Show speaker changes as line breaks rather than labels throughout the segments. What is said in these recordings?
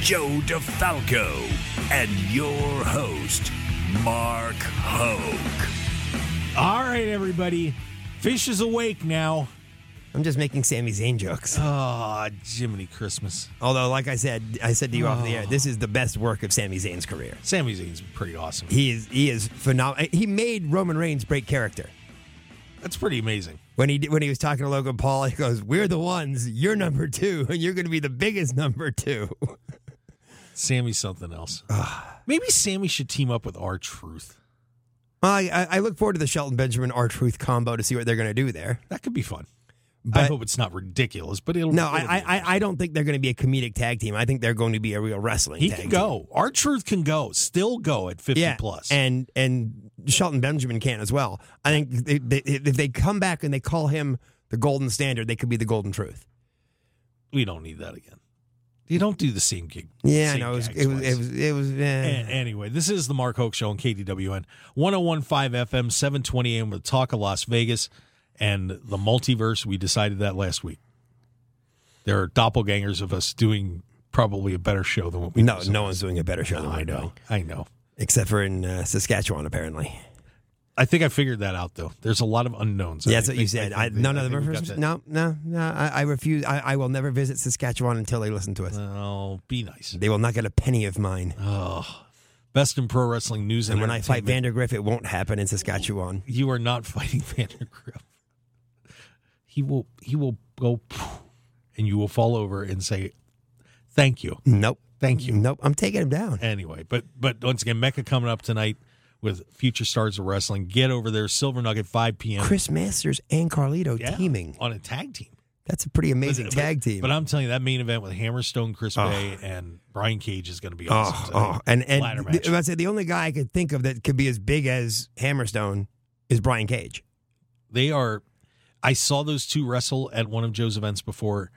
Joe DeFalco, and your host, Mark Hoke.
All right, everybody. Fish is awake now.
I'm just making Sami Zayn jokes.
Oh, Jiminy Christmas.
Although, like I said, I said to you off the
Oh.
air, this is the best work of Sami Zayn's career.
Sami Zayn's pretty awesome.
He is he is phenomenal. He made Roman Reigns break character.
That's pretty amazing.
When he did, when he was talking to Logan Paul, he goes, "We're the ones. You're number two, and you're going to be the biggest number two.
Sammy's something else. Maybe Sammy should team up with our Truth.
Well, I- I, I look forward to the Shelton Benjamin R Truth combo to see what they're going to do there.
That could be fun. I
But
hope it's not ridiculous, but it'll.
no,
it'll
I,
be
I, I- I don't think they're going to be a comedic tag team. I think they're going to be a real wrestling.
he
tag
can
team.
go. Our Truth can go. Still go at fifty
yeah,
plus.
and and Shelton Benjamin can as well. I think they, they, if they come back and they call him the Golden Standard, they could be the Golden Truth.
we don't need that again. You don't do the same gig.
Yeah,
same
no, it was,
gags
it was
twice.
it was it was eh.
A- anyway, this is the Mark Hoke Show on KDWN 1015 FM, 720 AM with Talk of Las Vegas and the multiverse. We decided that last week. There are doppelgangers of us doing probably a better show than what we
no,
do.
no one's doing a better show than
I
we're
know.
doing.
I know.
except for in uh, Saskatchewan, apparently.
I think I figured that out, though. There's a lot of unknowns.
yeah,
I
that's what
think-
you
I
said.
think-
I,
I think-
no,
I
no, the
think we got
first,
that.
no, no, no. I, I refuse. I, I will never visit Saskatchewan until they listen to us.
Oh, be nice.
They will not get a penny of mine.
Best in pro wrestling news.
and when I fight
entertainment.
Vandergriff, it won't happen in Saskatchewan.
you are not fighting Vandergriff. He will he will go and you will fall over and say thank you.
Nope.
Thank you.
Nope. I'm taking him down.
Anyway, but but once again, Mecca coming up tonight with future stars of wrestling. Get over there, Silver Nugget, five p.m.
Chris Masters and Carlito
Yeah,
teaming.
on a tag team,
That's a pretty amazing
But-
tag
but-
team. Ah.
But I'm telling you, that main event with Hammerstone, Chris Bay, and Brian Cage is going to be
oh,
awesome.
oh, and and
Ladder
the,
match.
I said the only guy I could think of that could be as big as Hammerstone is Brian Cage.
they are. I saw those two wrestle at one of Joe's events before.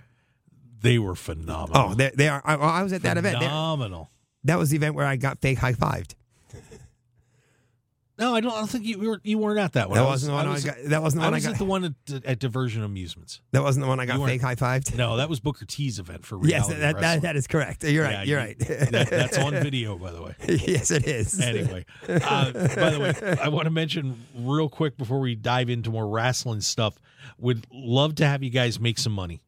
They were phenomenal.
Oh, they, they are. I, I was at that event. They're-
phenomenal.
That was the event where I got fake high fived.
No, I don't, I don't think you you, were, you weren't at that one.
That
I was-
wasn't the one I
was-
got. That wasn't the
I
one I
was at
got.
the one at, at Diversion Amusements.
That wasn't the one I
You
got
weren't-
fake high fived.
No, that was Booker T's event for
Yes,
reality.
that,
Wrestling.
that, that is correct. You're right.
Yeah,
you're
you-
right.
that- that's on video, by the way.
yes, it is.
Anyway, uh, by the way, I want to mention real quick before we dive into more wrestling stuff. Would love to have you guys make some money.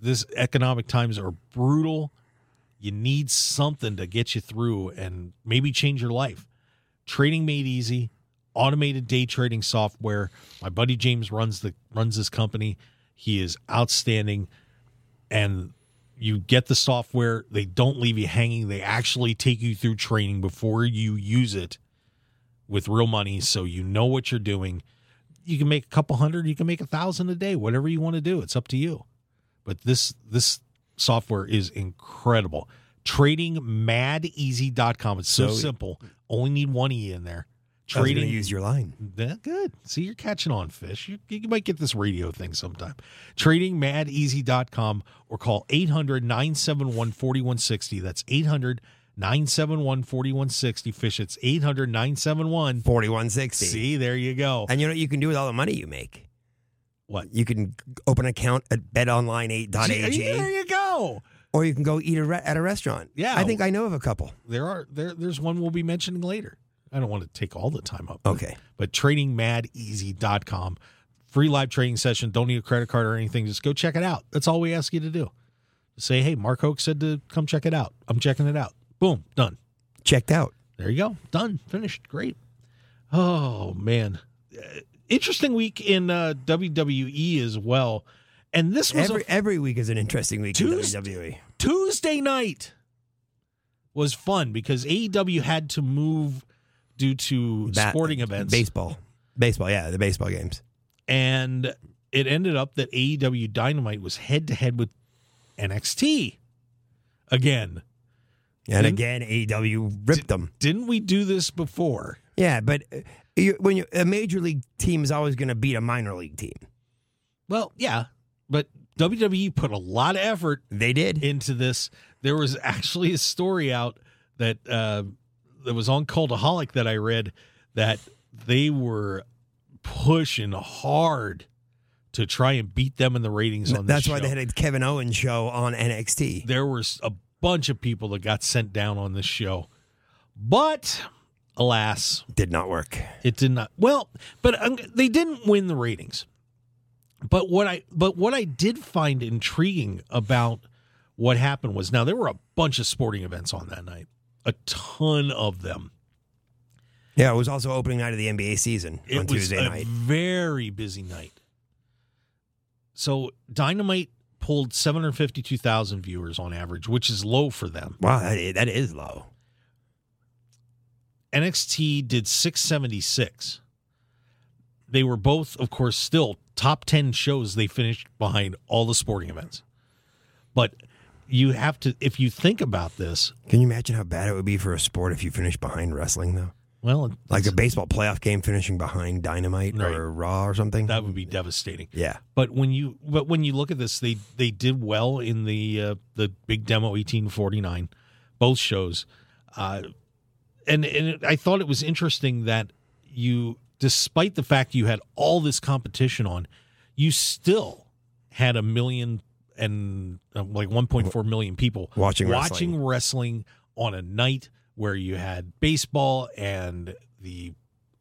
This economic times are brutal. You need something to get you through and maybe change your life. Trading made easy, automated day trading software. My buddy James runs the runs this company. He is outstanding and you get the software. They don't leave you hanging. They actually take you through training before you use it with real money so you know what you're doing. You can make a couple hundred, you can make a thousand a day, whatever you want to do. It's up to you. But this this software is incredible. Tradingmadeeasy.com. It's so,
So-
simple. Only need one E in there.
I was gonna
Trading
use your line.
that good. See, you're catching on, fish. You, you might get this radio thing sometime. TradingMadEasy.com or call 800 971 4160. That's 800 971 4160. Fish, it's 800 971.
4160.
See, there you go.
And you know what you can do with all the money you make?
What?
You can open an account at
See, there
betonline8.ag
you go.
or you can go eat a re- at a restaurant.
Yeah.
I think I know of a couple.
There are there. There's one we'll be mentioning later. I don't want to take all the time up.
Okay.
but tradingmadeasy.com. Free live trading session. Don't need a credit card or anything. Just go check it out. That's all we ask you to do. Say, hey, Mark Hoke said to come check it out. I'm checking it out. Boom, done.
Checked out.
There you go. Done. Finished. Great. Oh man, Uh, interesting week in uh, WWE as well. And this was a
Every every week is an interesting week in
Tuesday-
WWE.
Tuesday night was fun because AEW had to move due to
Bat-
sporting events,
Baseball. Baseball, yeah, the baseball games.
and it ended up that AEW Dynamite was head to head with NXT again.
And
Didn't-
again, AEW ripped them.
Didn't we do this before?
Yeah, but uh, you, when you, a major league team is always going to beat a minor league team.
Well, yeah, but WWE put a lot of effort
They did.
into this. There was actually a story out that uh, that was on Cultaholic that I read that they were pushing hard to try and beat them in the ratings on this
That's why
show.
they had a Kevin Owens show on NXT.
there was a bunch of people that got sent down on this show, but alas,
Did not work.
it did not. Well, but um, they didn't win the ratings. But what I but what I did find intriguing about what happened was now there were a bunch of sporting events on that night, a ton of them.
Yeah, it was also opening night of the NBA season
It
on
was
Tuesday
a
night.
very busy night. So Dynamite pulled seven hundred fifty two thousand viewers on average, which is low for them.
Wow, that is, that is low.
NXT did six seventy six. They were both, of course, still top 10 shows they finished behind all the sporting events. But you have to, if you think about this,
Can you imagine how bad it would be for a sport if you finished behind wrestling, though?
well,
Like a baseball playoff game finishing behind Dynamite
Right.
or Raw or something?
that would be devastating.
yeah.
But when you but when you look at this, they they did well in the uh, the big demo 1849, both shows, uh, and and it, I thought it was interesting that you, despite the fact you had all this competition on, you still had a million and uh, like 1.4 million people
Watching
watching wrestling on a night where you had baseball and the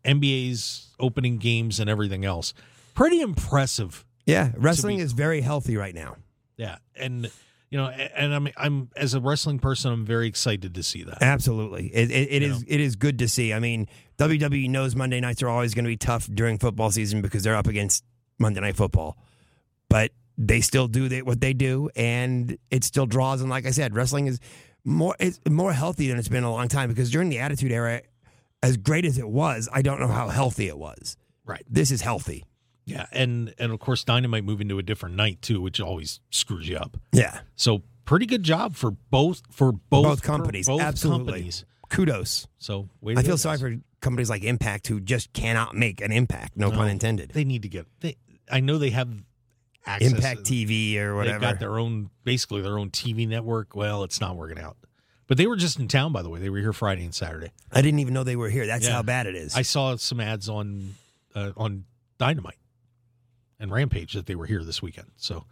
NBA's opening games and everything else. Pretty impressive
Yeah, wrestling
be-
is very healthy right now.
yeah, and you know, a- and I'm I'm as a wrestling person, I'm very excited to see that.
Absolutely, it, it, it
You
is it is good to see. I mean, WWE knows Monday nights are always going to be tough during football season because they're up against Monday Night Football, but they still do they, what they do, and it still draws. And like I said, wrestling is more it's more healthy than it's been in a long time because during the Attitude Era, as great as it was, I don't know how healthy it was.
Right.
This is healthy.
Yeah, and and of course, Dynamite moving to a different night too, which always screws you up.
Yeah,
So pretty good job for both for both
both, companies,
for both
absolutely.
companies.
Kudos.
So way to
I
go,
feel sorry
guys.
for companies like Impact who just cannot make an impact. No,
No.
pun intended.
They need to get. They, I know they have access.
Impact TV
They've
or whatever.
got their own, basically their own TV network. Well, it's not working out. But they were just in town, by the way. They were here Friday and Saturday.
I didn't even know they were here. That's
Yeah.
how bad it is.
I saw some ads on uh, on Dynamite and Rampage that they were here this weekend. So,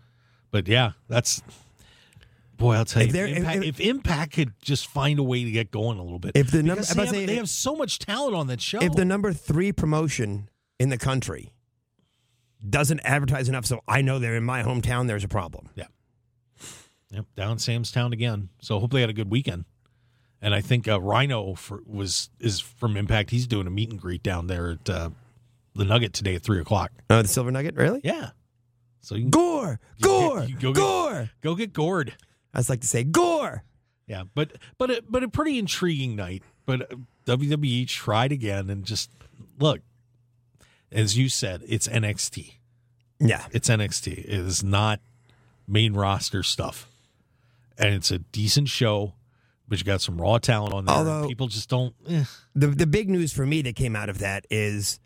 but yeah, that's boy, I'll tell
If
you,
they're-
if Impact,
if-
if, Impact could just find a way to get going a little bit,
if the number,
Because
I'm
they, have,
about to say,
they have so much talent on that show.
if the number three promotion in the country doesn't advertise enough, so I know they're in my hometown. There's a problem.
yep, down Sam's Town again. So hopefully, they had a good weekend. And I think uh, Rhino for, was is from Impact. He's doing a meet and greet down there at uh, the Nugget today at three o'clock.
Oh, the Silver Nugget, really?
Yeah, so you can
Gore, gore,
you go get-
gore.
go get gored.
I just like to say gore.
Yeah, but but a, but a pretty intriguing night. But uh, WWE tried again and just look, as you said, it's NXT.
Yeah,
It's NXT. It is not main roster stuff, and it's a decent show. but you got some raw talent on there. and
Although-
people just don't. eh.
the the big news for me that came out of that is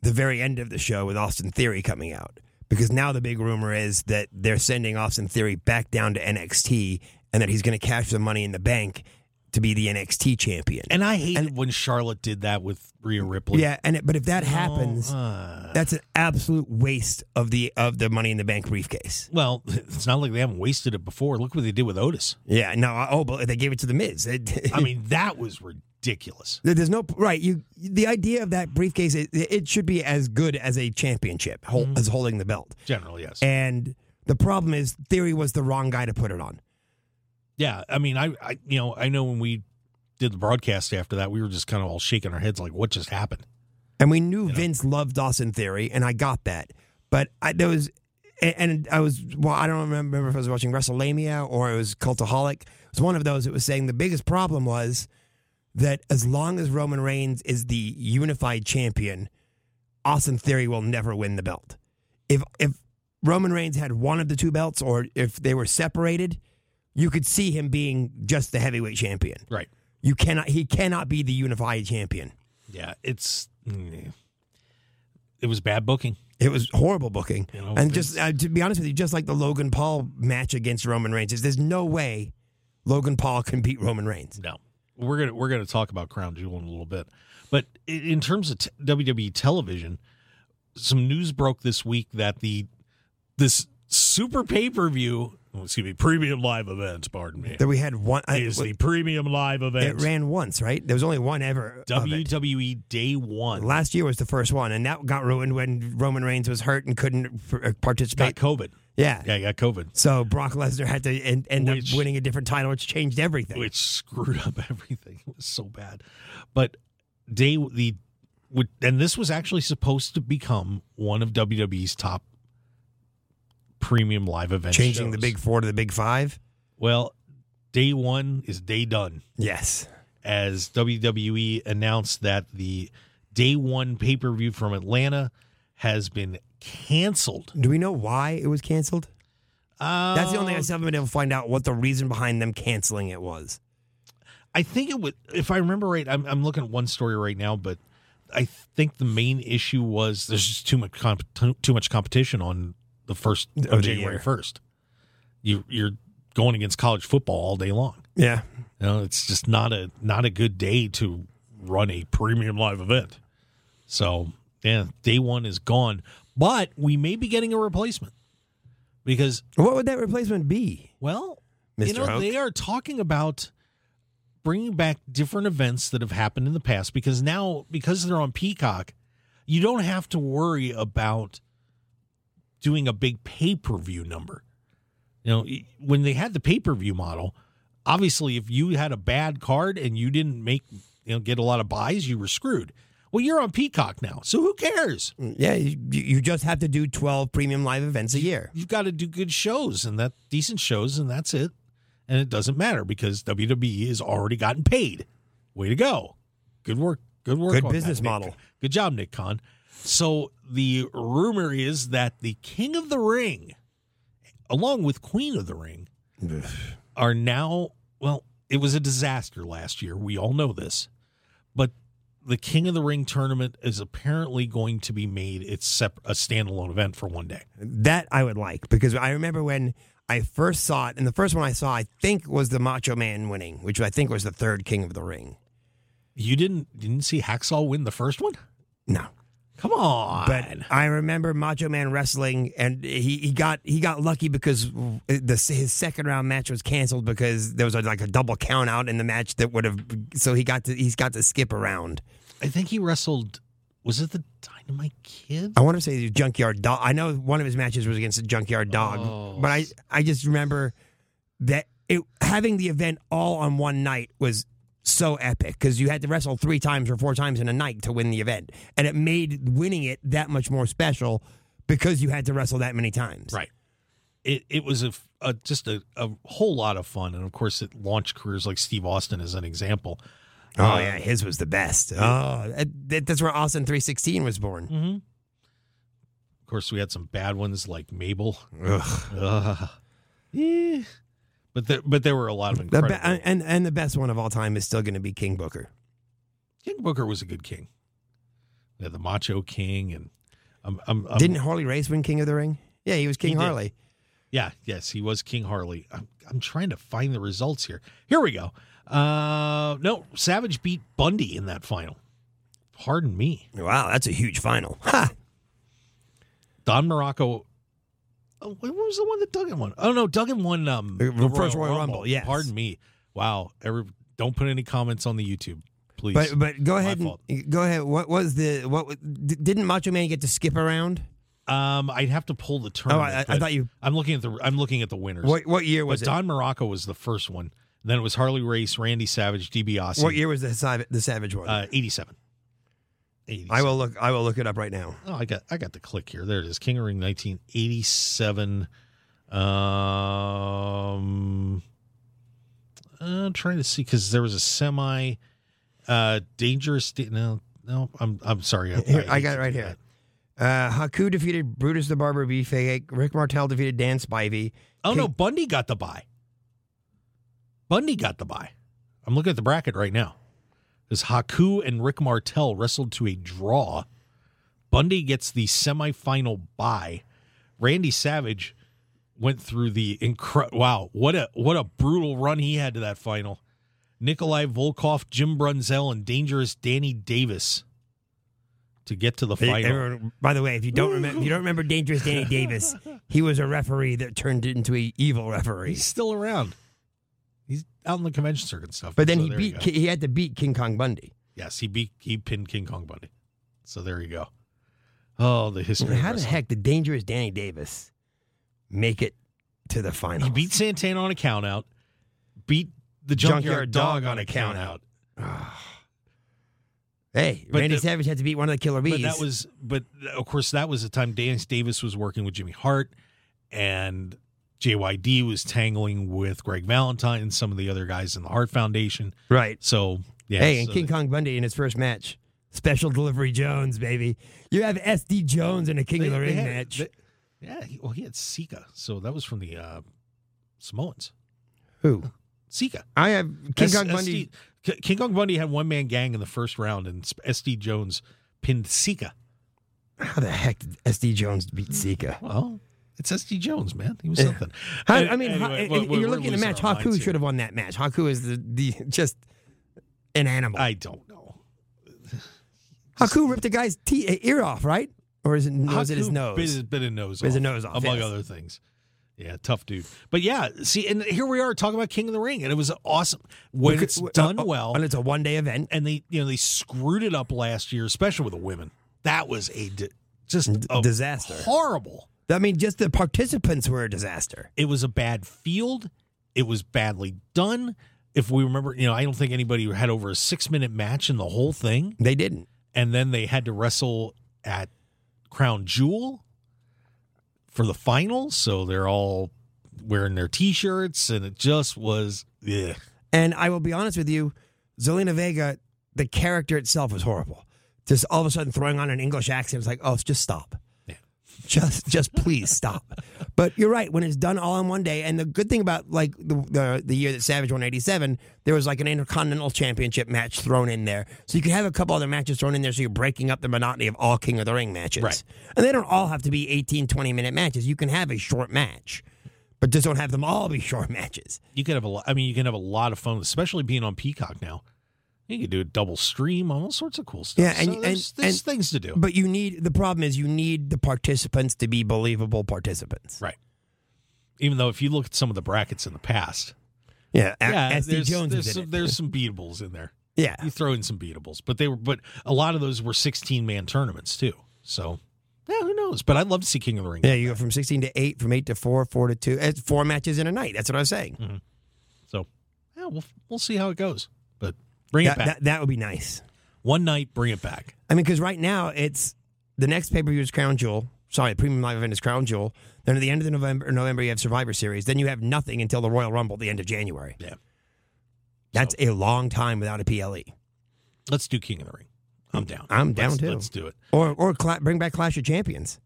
the very end of the show with Austin Theory coming out because now the big rumor is that they're sending Austin Theory back down to NXT and that he's going to cash the money in the bank to be the NXT champion.
And I hated when Charlotte did that with Rhea Ripley.
yeah, and it, but if that
No,
happens,
uh,
that's an absolute waste of the of the money in the bank briefcase.
well, it's not like they haven't wasted it before. Look what they did with Otis.
Yeah, no, I- oh, but they gave it to the Miz. It-
I mean, that was ridiculous.
There- There's no right. You the idea of that briefcase it, it should be as good as a championship hol-
Mm-hmm.
as holding the belt.
General, yes.
And the problem is Theory was the wrong guy to put it on.
Yeah, I mean, I, I, you know, I know when we did the broadcast after that, we were just kind of all shaking our heads like, "What just happened?"
And we knew Vince loved Dawson Theory, and I got that. But I there was and, and I was well, I don't remember if I was watching WrestleMania or it was Cultaholic. It was one of those that was saying the biggest problem was that as long as Roman Reigns is the unified champion, Austin Theory will never win the belt. If if Roman Reigns had one of the two belts or if they were separated, you could see him being just the heavyweight champion.
Right.
You cannot. He cannot be the unified champion.
Yeah, it's mm, it was bad booking.
It was horrible booking,
You know,
and just uh, to be honest with you, just like the Logan Paul match against Roman Reigns, is there's no way Logan Paul can beat Roman Reigns.
No, we're gonna we're gonna talk about Crown Jewel in a little bit, but i- in terms of t- WWE television, some news broke this week that the this super pay per view, excuse me, premium live events. Pardon me.
That we had one. I,
is the premium live
it
event
ran once, right? There was only one ever. of it.
WWE E Day One
Last year was the first one, and that got ruined when Roman Reigns was hurt and couldn't uh,
got
participate.
COVID?
Yeah.
Yeah, he got COVID.
So Brock Lesnar had to end, end
Which-
up winning a different title, which changed everything.
which screwed up everything. It was so bad. But day the would and this was actually supposed to become one of WWE's top premium live events.
changing the big four to the big five.
well, day one is day done
Yes.
as WWE announced that the day one pay per view from Atlanta has been canceled.
Do we know why it was canceled?
Uh,
That's the only thing I still haven't been able to find out what the reason behind them canceling it was.
I think it would, if I remember right, I'm, I'm looking at one story right now, but I think the main issue was there's just too much comp- too much competition on the first of
Of the
January
year.
first. You you're going against college football all day long.
Yeah.
You know, it's just not a not a good day to run a premium live event. So yeah, day one is gone, but we may be getting a replacement because
What would that replacement be?
well, you
Mr.
know,
Hoke?
they are talking about bringing back different events that have happened in the past because now, because they're on Peacock, you don't have to worry about doing a big pay per view number. You know, y- when they had the pay per view model, obviously, if you had a bad card and you didn't make, you know, get a lot of buys, you were screwed. Well, you're on Peacock now, so who cares?
Yeah, you, you just have to do 12 premium live events a year.
you've got to do good shows and that decent shows and that's it and it doesn't matter because WWE has already gotten paid way to go good work good work
Good
on that,
business
Nick.
model.
good job Nick Khan so the rumor is that the King of the Ring along with Queen of the Ring are now well it was a disaster last year we all know this but the King of the Ring tournament is apparently going to be made it's sep- a standalone event for one day
That I would like because I remember when I first saw it, and the first one I saw, I think, was the Macho Man winning, which I think was the third King of the Ring.
You didn't didn't see Hacksaw win the first one?
No.
Come on.
But I remember Macho Man wrestling, and he, he got he got lucky because the, his second round match was canceled because there was a, like a double count out in the match that would have so he got to he's got to skip around.
I think he wrestled was it the Dynamite Kid?
I want to say the Junkyard Dog. I know one of his matches was against the Junkyard Dog, but I I just remember that it having the event all on one night was so epic because you had to wrestle three times or four times in a night to win the event, and it made winning it that much more special because you had to wrestle that many times.
Right. It it was a, f- a- just a, a whole lot of fun and of course it launched careers like Steve Austin as an example.
Oh yeah, his was the best. Oh, that, that's where Austin three sixteen was born.
Mm-hmm. Of course we had some bad ones like Mabel.
Ugh.
Ugh. Eh. But there, but there were a lot of
The be-
incredible.
and and the best one of all time is still going to be King Booker.
King Booker was a good king. They had the Macho King, and I'm, I'm, I'm-
Didn't Harley Race win King of the Ring? Yeah, he was King
Um, did.
Harley.
yeah, yes, he was King Harley. I'm, I'm trying to find the results here. Here we go. Uh, no, Savage beat Bundy in that final. Pardon me.
Wow, that's a huge final. Ha!
Don Morocco. Oh, what was the one that Duggan won? Oh no, Duggan won. Um,
The first Royal Rumble, yes.
Pardon me. Wow. Every, don't put any comments on the YouTube, please.
But but go
My
ahead
fault.
and go ahead. What was the what? was- d- Didn't Macho Man get to skip around?
um, I'd have to pull the
Oh,
tournament.
I, I
but
thought you.
I'm looking at the. I'm looking at the winners.
What what year
but
was it?
Don Morocco was the first one. Then it was Harley Race, Randy Savage, DiBiase.
What year was the Sav- the Savage one?
Uh, 87. 87.
I will look. I will look it up right now.
Oh, I got I got the click here. There it is. King of the Ring 1987. Um I'm trying to see cuz there was a semi uh dangerous Da- no no I'm I'm sorry. I,
Here, I
hate
got it
to
right
Uh, do
here.
that.
Uh, Haku defeated Brutus the Barber Beefcake. Rick Martel defeated Dan Spivey.
Oh no,
King-
Bundy got the buy. Bundy got the buy. I'm looking at the bracket right now. Because Haku and Rick Martel wrestled to a draw. Bundy gets the semifinal bye. Randy Savage went through the incredible wow, what a what a brutal run he had to that final. Nikolai Volkov, Jim Brunzel, and dangerous Danny Davis to get to the
Hey,
final.
everyone- by the way, if you don't remember, if you don't remember Dangerous Danny Davis, he was a referee that turned into a evil referee.
He's still around. He's out in the convention circuit and stuff.
But then
So
he
there you
beat.
go.
Ki- He had to beat King Kong Bundy.
Yes, he beat he pinned King Kong Bundy. So there you go. Oh, the history. of
How the
wrestling.
heck did Dangerous Danny Davis make it to the final?
he beat Santana on a count out, beat the junkyard,
Junkyard
dog, on a count out.
Ah. Hey,
But
Randy
the-
Savage had to beat one of the Killer Bees.
But that was but of course that was the time Dance Davis was working with Jimmy Hart and JYD was tangling with Greg Valentine and some of the other guys in the Hart Foundation.
right.
So yeah.
hey, and
so
King Kong Bundy in his first match, Special Delivery Jones, baby. You have SD Jones in a King
they-
of the
they
Ring
had-
match.
they- yeah, he, well he had Sika. So that was from the uh Samoans.
Who?
Sika.
I have King
S-
Kong
SD
Bundy.
K- King Kong Bundy had one man gang in the first round, and S- SD Jones pinned Sika.
How the heck did SD Jones beat Sika?
Well, it's SD Jones, man. He was
Yeah.
something.
I,
An-
Eh. I mean, Ha-
anyway,
and-
we're-
and
we're-
you're
we're
looking at the
losing
match.
our minds
Haku
here.
should have won that match. Haku is the, the just an animal.
I don't know.
Haku ripped the guy's te- ear off, right? Or is it, was it his
Haku
nose?
Bit, his- bit his nose
Bit
off.
his nose off,
Among
yes.
other things. Yeah, tough dude. But yeah, see, and here we are talking about King of the Ring, and it was awesome when
Because-
it's done
uh, uh,
well.
and it's a one day event.
and they, you know, they screwed it up last year, especially with the women. That was a di- just a
disaster.
horrible.
I mean, just the participants were a disaster.
it was a bad field. It was badly done. If we remember, you know, I don't think anybody had over a six minute match in the whole thing.
They didn't.
And then they had to wrestle at Crown Jewel for the final. So they're all wearing their t shirts and it just was, yeah.
And I will be honest with you, Zelina Vega, the character itself was horrible. Just all of a sudden throwing on an English accent, it's like, oh, just stop.
Yeah.
Just, just please stop. But you're right. When it's done all in one day, and the good thing about like the the, the year that Savage won '87, there was like an Intercontinental Championship match thrown in there, so you could have a couple other matches thrown in there, so you're breaking up the monotony of all King of the Ring matches.
Right.
And they don't all have to be 18, 20 minute matches. You can have a short match, but just don't have them all be short matches.
You could have a lot, I mean, you can have a lot of fun, especially being on Peacock now. You could do a double stream on all sorts of cool stuff.
Yeah, and-
So there's,
and-
there's
and-
things to do.
But you need the problem is you need the participants to be believable participants.
right. Even though if you look at some of the brackets in the past,
Yeah, A-
yeah,
SD
there's,
Jones
there's
was in
some,
it.
there's some beatables in there.
Yeah,
You throw in some beatables, but they were but a lot of those were 16 man tournaments too. So yeah, who knows? But I'd love to see King of the Ring.
yeah. You go from sixteen to eight, from eight to four, four to two. It's four matches in a night. That's what I was saying.
So yeah, we'll we'll see how it goes. But bring
That,
it back
that that would be nice.
one night. Bring it back.
I mean, because right now it's the next pay per view is Crown Jewel. Sorry, premium live event is Crown Jewel. Then at the end of the November, November you have Survivor Series. Then you have nothing until the Royal Rumble at the end of January.
Yeah.
That's a long time without a E. PLE.
Let's do King of the Ring. I'm down.
Mm, I'm down
Let's-
too.
Let's do it.
Or or cla bring back Clash of Champions.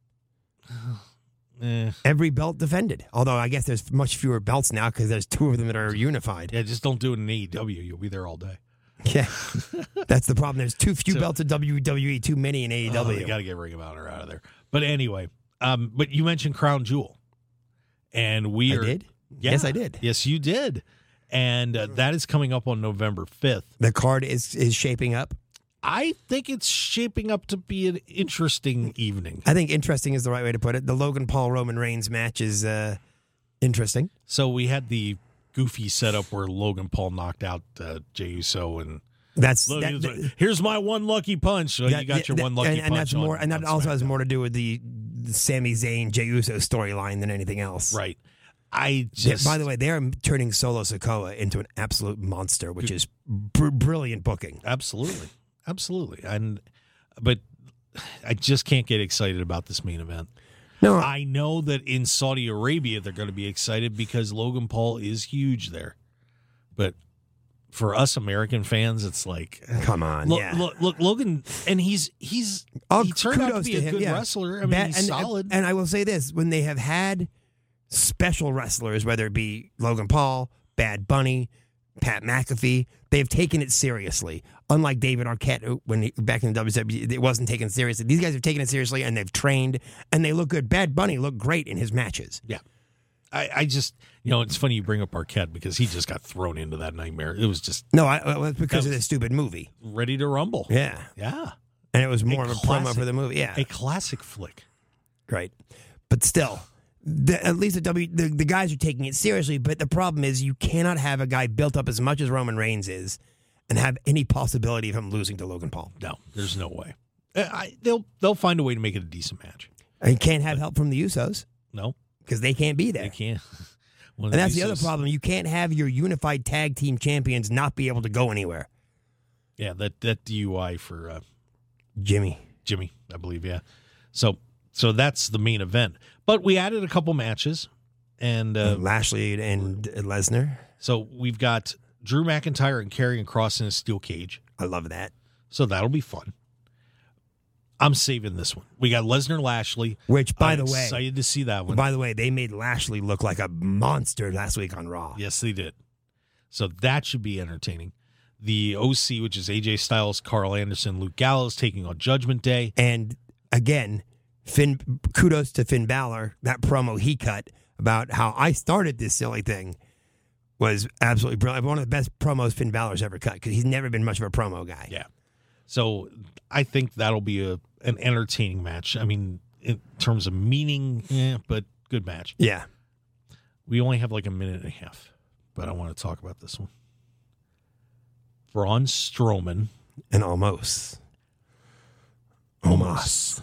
Eh,
Every belt defended. Although I guess there's much fewer belts now because there's two of them that are unified.
yeah, just don't do it in AEW. You'll be there all day.
Yeah, that's the problem. There's too few
So-
belts in WWE, E, too many in AEW.
Oh, they got to get Ring of Honor out of there. But anyway, um, but you mentioned Crown Jewel, and we
I
are,
did.
Yeah.
Yes, I did.
Yes, you did, and uh, that is coming up on November fifth.
The card is is shaping up.
I think it's shaping up to be an interesting evening.
I think interesting is the right way to put it. The Logan Paul Roman Reigns match is uh, interesting.
So we had the goofy setup where Logan Paul knocked out uh, Jey Uso, and
That's
Logan was
that-
like, "Here's my one lucky punch." So
that-
you got your
that-
one lucky
and,
punch,
and that's
on-
more, and that
on
also has
SmackDown.
more to do with the, the Sami Zayn Jey Uso storyline than anything else.
right. I
Th-
just
By the way, they are turning Solo Sokoa into an absolute monster, which is br- brilliant booking.
Absolutely. Absolutely. And but I just can't get excited about this main event.
No, I,
I know that in Saudi Arabia they're going to be excited because Logan Paul is huge there. But for us American fans, it's like
come on,
look,
yeah.
look, look, Logan, and he's he's
Oh,
he turned out to
kudos
be a
him,
good
yeah.
wrestler. I mean,
That-
he's
and,
solid.
And I will say this: when they have had special wrestlers, whether it be Logan Paul, Bad Bunny, Pat McAfee, they've taken it seriously. Unlike David Arquette, who- when he, back in the WWE, it wasn't taken seriously. These guys have taken it seriously, and they've trained, and they look good. Bad Bunny looked great in his matches.
yeah. I, I just, you know, it's funny you bring up Arquette because he just got thrown into that nightmare. It was just
No, I, uh, well, it's because
That
of
was-
the stupid movie.
ready to rumble.
Yeah,
Yeah.
and it was more of a promo
classic.
for the movie. Yeah,
A classic flick.
Right. But still, the, at least the W the, the guys are taking it seriously. But the problem is you cannot have a guy built up as much as Roman Reigns is and have any possibility of him losing to Logan Paul.
No, there's no way. I, I- they'll they'll find a way to make it a decent match.
And you can't have help from the Usos
No,
because they can't be there.
they can't. One of
And that's the other
Usos-
problem. You can't have your unified tag team champions not be able to go anywhere.
Yeah, that that DUI for uh,
Jimmy.
Jimmy, I believe. Yeah, so so that's the main event. But we added a couple matches, and uh,
Mm-hmm. Lashley and Lesnar.
so we've got Drew McIntyre and Karrion Cross in a steel cage.
I love that.
So that'll be fun. I'm saving this one. We got Lesnar Lashley.
Which, by
I'm
the way,
excited to see that one.
by the way, they made Lashley look like a monster last week on Raw.
Yes, they did. So that should be entertaining. The OC, which is AJ Styles, Carl Anderson, Luke Gallows taking on Judgment Day.
And again, Finn, kudos to Finn Balor. That promo he cut about how I started this silly thing was absolutely brilliant. One of the best promos Finn Balor's ever cut because he's never been much of a promo guy.
Yeah. So I think that'll be a an entertaining match. I mean, in terms of meaning, yeah, but good match.
Yeah.
We only have like a minute and a half, but I want to talk about this one. Braun Strowman
And almost. Omos.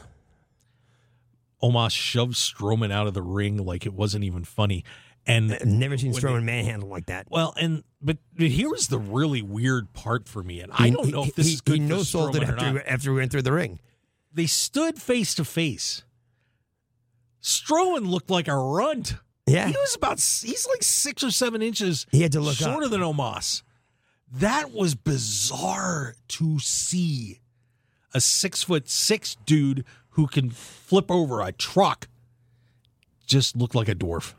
almost shoved Strowman out of the ring like it wasn't even funny. And
I've never seen
When
Strowman manhandle like that.
Well, and but here was the really weird part for me, and I don't know if this
he,
is good
He
for
no-sold it
Strowman or
after,
not.
after we went through the ring.
They stood face to face. Strowman looked like a runt.
Yeah.
He was about he's like six or seven inches
He had to look
shorter
up.
than Omos. That was bizarre to see a six foot six dude who can flip over a truck just look like a dwarf.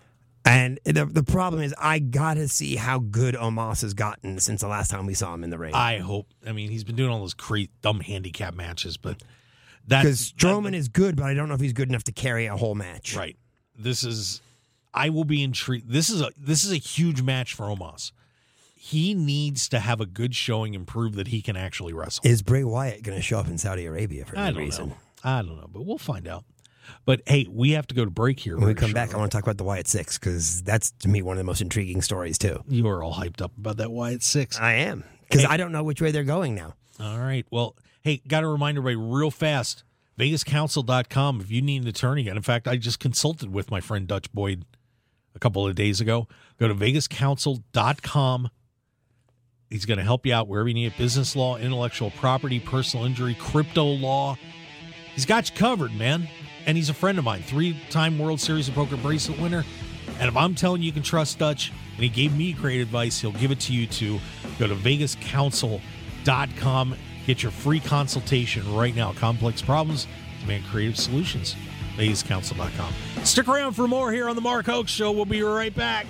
And the, the problem is I got to see how good Omos has gotten since the last time we saw him in the ring.
I hope. I mean, he's been doing all those crazy dumb handicap matches, but that's
because Strowman is good, but I don't know if he's good enough to carry a whole match.
right. This is. I will be intrigued. This is a this is a huge match for Omos. He needs to have a good showing and prove that he can actually wrestle.
Is Bray Wyatt going to show up in Saudi Arabia for
I
any
don't
reason?
know. I don't know, but we'll find out. But hey, we have to go to break here.
When we
very
come back, I
shortly.
want to talk about the Wyatt Six because that's to me one of the most intriguing stories too.
you are all hyped up about that Wyatt six.
I am because I don't know which way they're going now.
All right. Well, hey, got to remind everybody real fast VegasCounsel.com if you need an attorney. And in fact, I just consulted with my friend Dutch Boyd a couple of days ago. Go to VegasCounsel.com. He's going to help you out wherever you need it business law, intellectual property, personal injury, crypto law. He's got you covered, man. And he's a friend of mine, three time World Series of Poker bracelet winner. And if I'm telling you you can trust Dutch and he gave me great advice, he'll give it to you too. Go to vegascounsel.com. Get your free consultation right now. Complex problems demand creative solutions. BayesCouncil.com. Stick around for more here on The Mark Hoke Show. We'll be right back.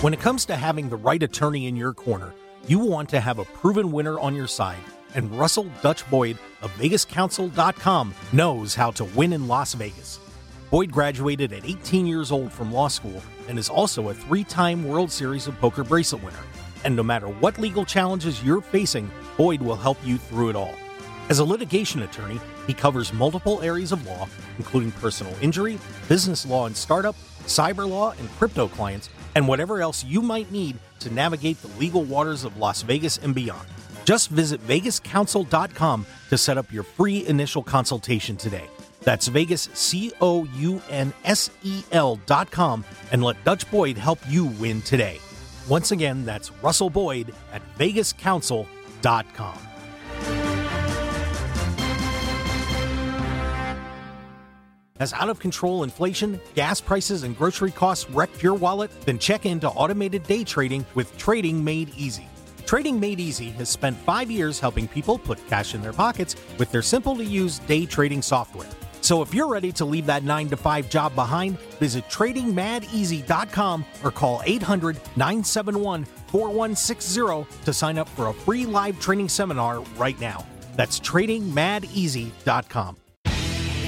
When it comes to having the right attorney in your corner, you want to have a proven winner on your side, and Russell Dutch Boyd of VegasCounsel.com knows how to win in Las Vegas. Boyd graduated at 18 years old from law school and is also a three time World Series of Poker bracelet winner. And no matter what legal challenges you're facing, Boyd will help you through it all. As a litigation attorney, he covers multiple areas of law, including personal injury, business law and startup, cyber law and crypto clients, and whatever else you might need to navigate the legal waters of Las Vegas and beyond. Just visit vegascounsel.com to set up your free initial consultation today. That's Vegas, C O U N S E L.com, and let Dutch Boyd help you win today. Once again, that's Russell Boyd at vegascounsel.com. Has out of control inflation, gas prices, and grocery costs wrecked your wallet? Then check into automated day trading with Trading Made Easy. Trading Made Easy has spent five years helping people put cash in their pockets with their simple to use day trading software. So if you're ready to leave that 9 to 5 job behind, visit tradingmadeeasy.com or call 800 971 4160 to sign up for a free live training seminar right now. That's tradingmadeeasy.com.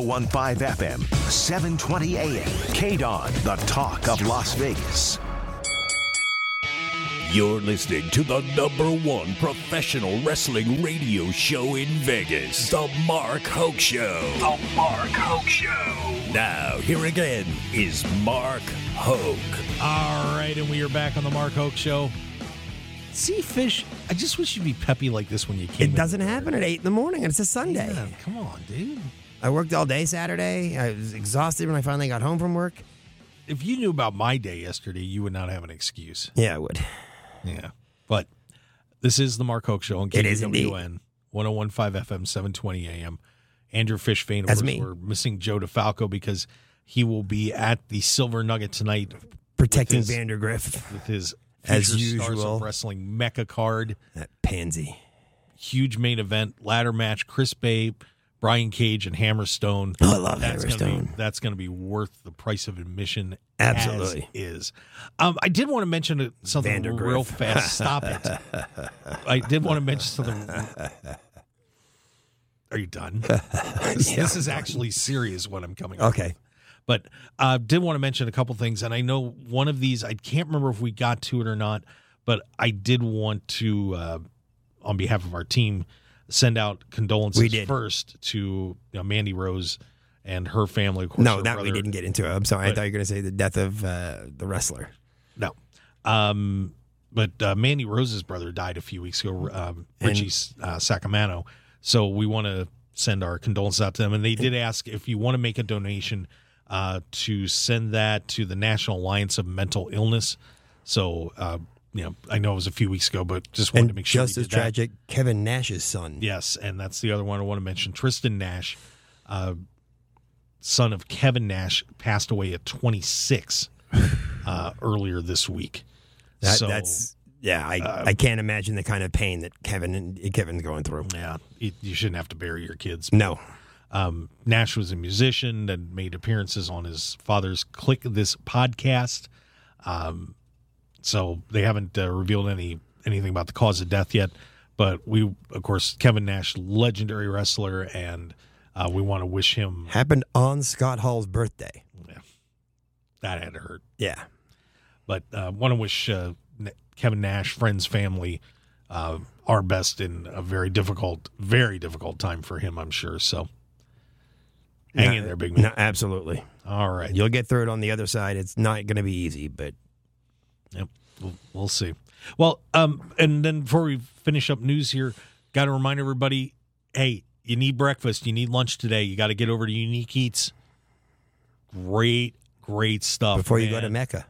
1015 FM, 720 AM. KDON, the talk of Las Vegas.
You're listening to the number one professional wrestling radio show in Vegas, The Mark Hoke Show. The Mark Hoke Show. Now, here again is Mark Hoke.
All right, and we are back on the Mark Hoke Show. See, Fish, I just wish you'd be peppy like this when you came.
It doesn't
in.
happen at eight in the morning, and it's a Sunday.
Yeah, come on, dude.
I worked all day Saturday. I was exhausted when I finally got home from work.
If you knew about my day yesterday, you would not have an excuse.
Yeah, I would.
Yeah. But this is the Mark Hoke Show on
It is indeed.
KWN, 1015 FM, 720 AM. Andrew Fish fan,
That's
we're,
me.
we're missing Joe DeFalco because he will be at the Silver Nugget tonight
Protecting
With his-
Vandergriff.
with his
As
Future Stars
usual.
of Wrestling Mecca card.
That pansy.
Huge main event, ladder match, Chris Bay, Brian Cage, and Hammerstone.
Oh, I love
that's gonna
Hammerstone.
Be, that's going to be worth the price of admission.
Absolutely.
as is. Um, I did want to mention uh, something
Vandergriff.
real fast. Stop it. I did want to mention something. Are you done? this, this is actually serious. What I'm coming. up
Okay.
but uh, did want to mention a couple things, and I know one of these I can't remember if we got to it or not, but I did want to, uh, on behalf of our team, send out condolences
We did.
first to you know, Mandy Rose and her family. Of course,
No,
her
that we
brother-
didn't get into. I'm sorry. I
But-
thought you were going to say the death of uh, the wrestler.
No, um, but uh, Mandy Rose's brother died a few weeks ago, um,
And-
Richie uh, Sacramento. So we want to send our condolences out to them, and they did ask if you want to make a donation uh, to send that to the National Alliance of Mental Illness. So uh, you know, I know it was a few weeks ago, but just wanted
And
to make sure. we
just as
did that.
tragic, Kevin Nash's son.
Yes, and that's the other one I want to mention. Tristan Nash, uh, son of Kevin Nash, passed away at 26 uh, earlier this week.
That,
so uh,
that's yeah. I, I can't imagine the kind of pain that Kevin and Kevin's going through.
yeah, it, you shouldn't have to bury your kids.
No,
Um, Nash was a musician and made appearances on his father's Click This podcast. Um, so they haven't uh, revealed any anything about the cause of death yet. But we, of course, Kevin Nash, legendary wrestler, and uh, we want to wish him
happened on Scott Hall's birthday.
that had to hurt.
Yeah,
But uh, want to wish uh, N- Kevin Nash, friends, family, uh, our best in a very difficult, very difficult time for him. I'm sure. So hang in
No,
there, big man.
No, absolutely.
All right.
You'll get through it on the other side. It's not going to be easy, but
Yep. We'll, we'll see. Well, um, and then before we finish up news here, got to remind everybody hey, you need breakfast, you need lunch today, you got to get over to Unique Eats. Great, great stuff.
before you go
Oh, man.
to Mecca.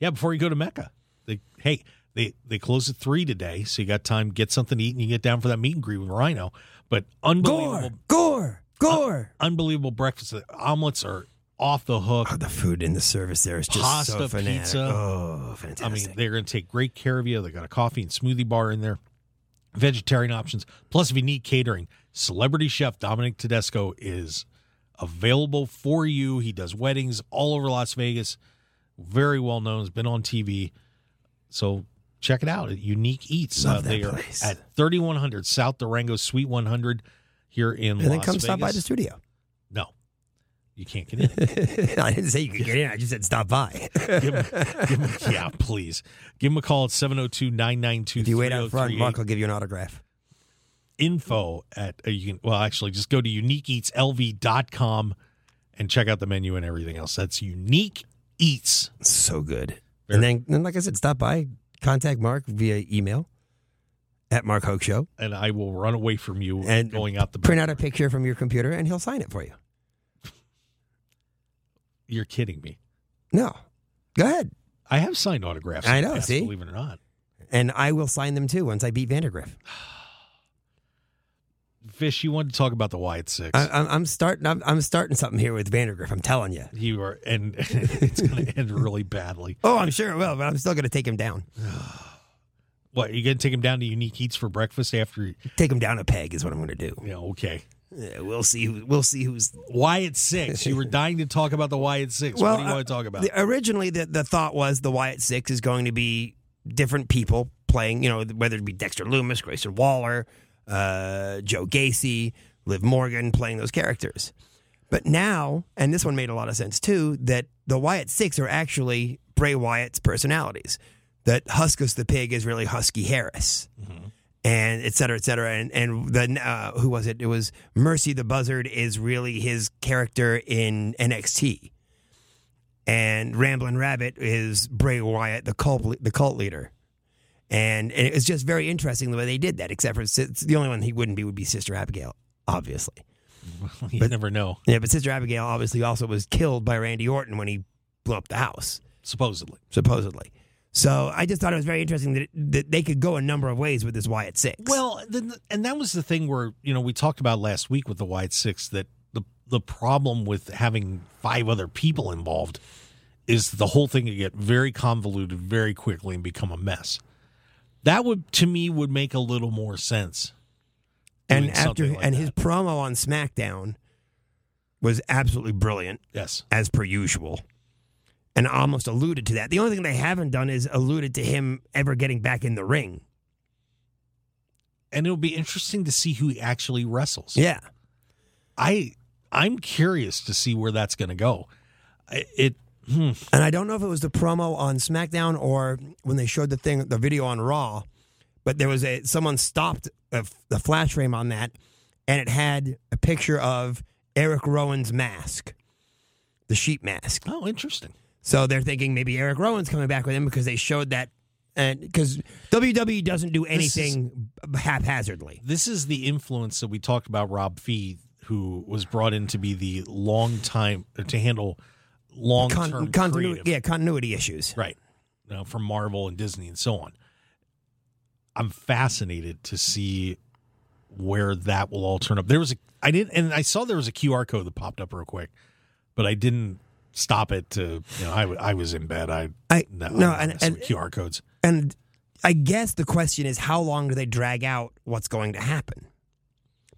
Yeah, before you go to Mecca. They, hey, they they close at three today, so you got time to get something to eat and you get down for that meet and greet with Rhino. But unbelievable,
Gore, gore, gore.
unbelievable breakfast. The omelets are off the hook.
Oh, the food and the service there is just so
Pasta,
fanatic.
pizza.
Oh,
I
fantastic.
mean, they're going to take great care of you. They got a coffee and smoothie bar in there, vegetarian options. Plus, if you need catering, celebrity chef Dominic Tedesco is available for you. He does weddings all over Las Vegas. Very well known. Has been on TV. So check it out at Unique Eats. Uh,
Love that
they are
place.
at 3100 South Durango Suite 100 here in
and
Las
then come
Vegas.
stop by the studio.
No, you can't get in.
I didn't say you could get in. I just said stop by.
give him, give him, yeah, please. Give him a call at 702 992
if you wait out front, Mark will give you an autograph.
oh Info at, uh, you can, well, actually, just go to uniqueeatslv.com and check out the menu and everything else. That's Unique Eats.
So good.
Fair.
And then, then, like I said, stop by, contact Mark via email at Mark Hoke Show,
And I will run away from you
And
going out the
print out a picture from your computer, and he'll sign it for you.
You're kidding me.
No, go ahead,
I have signed autographs.
I
in the
know,
past,
see?
Believe it or not.
and I will sign them too once I beat Vandergriff.
Fish, you wanted to talk about the Wyatt Six.
I, I'm, I'm starting. I'm, I'm starting something here with Vandergriff. I'm telling you.
you are, and it's going to end really badly.
Oh, I'm sure it will, but I'm still going to take him down.
What, you going to take him down to Unique Eats for breakfast after, you
Take him down a peg is what I'm going to do.
you know, okay.
Yeah, we'll see. Who, we'll see who's.
Wyatt Six. You were dying to talk about the Wyatt Six. what do you
uh,
want to talk about?
the- originally, the, the thought was the Wyatt Six is going to be different people playing. You know, whether it be Dexter Loomis, Grayson Waller, uh, Joe Gacy, Liv Morgan playing those characters. But now, and this one made a lot of sense too, that the Wyatt Six are actually Bray Wyatt's personalities. That Huskus the Pig is really Husky Harris.
Mm-hmm.
and et cetera, et cetera. And and the uh, who was it? It was Mercy the Buzzard is really his character in NXT, and Ramblin' Rabbit is Bray Wyatt, the cult the cult leader. And, and it was just very interesting the way they did that. Except for Sis- the only one he wouldn't be would be Sister Abigail, obviously.
you never know.
Yeah, but Sister Abigail obviously also was killed by Randy Orton when he blew up the house
Supposedly,
supposedly. So I just thought it was very interesting that, that they could go a number of ways with this Wyatt Six.
well, then, and that was the thing where you know we talked about last week with the Wyatt Six that the the problem with having five other people involved is the whole thing could get very convoluted very quickly and become a mess. That would to me would make a little more sense.
and
doing something
after
like
and
that.
his promo on SmackDown was absolutely brilliant
Yes,
as per usual, and almost alluded to that. The only thing they haven't done is alluded to him ever getting back in the ring.
and it'll be interesting to see who actually wrestles.
Yeah,
I I'm curious to see where that's going to go. I- It hmm,
and I don't know if it was the promo on SmackDown or when they showed the thing, the video on Raw, but there was a someone stopped a, the flash frame on that, and it had a picture of Eric Rowan's mask, the sheep mask.
oh interesting.
So they're thinking maybe Eric Rowan's coming back with him because they showed that, and because WWE E doesn't do
This is-
anything b haphazardly.
This is the influence that we talked about Rob Fee, who was brought in to be the long time to handle long term
Con- continuity,
creative.
yeah, continuity issues.
Right. You know, from Marvel and Disney and so on. I'm fascinated to see where that will all turn up. There was a I didn't and I saw there was a QR code that popped up real quick, but I didn't stop it to you know I, w- I was in bed. I
I-
no,
no,
I'm
and-
messing with
and-
QR codes.
And I guess the question is, how long do they drag out what's going to happen?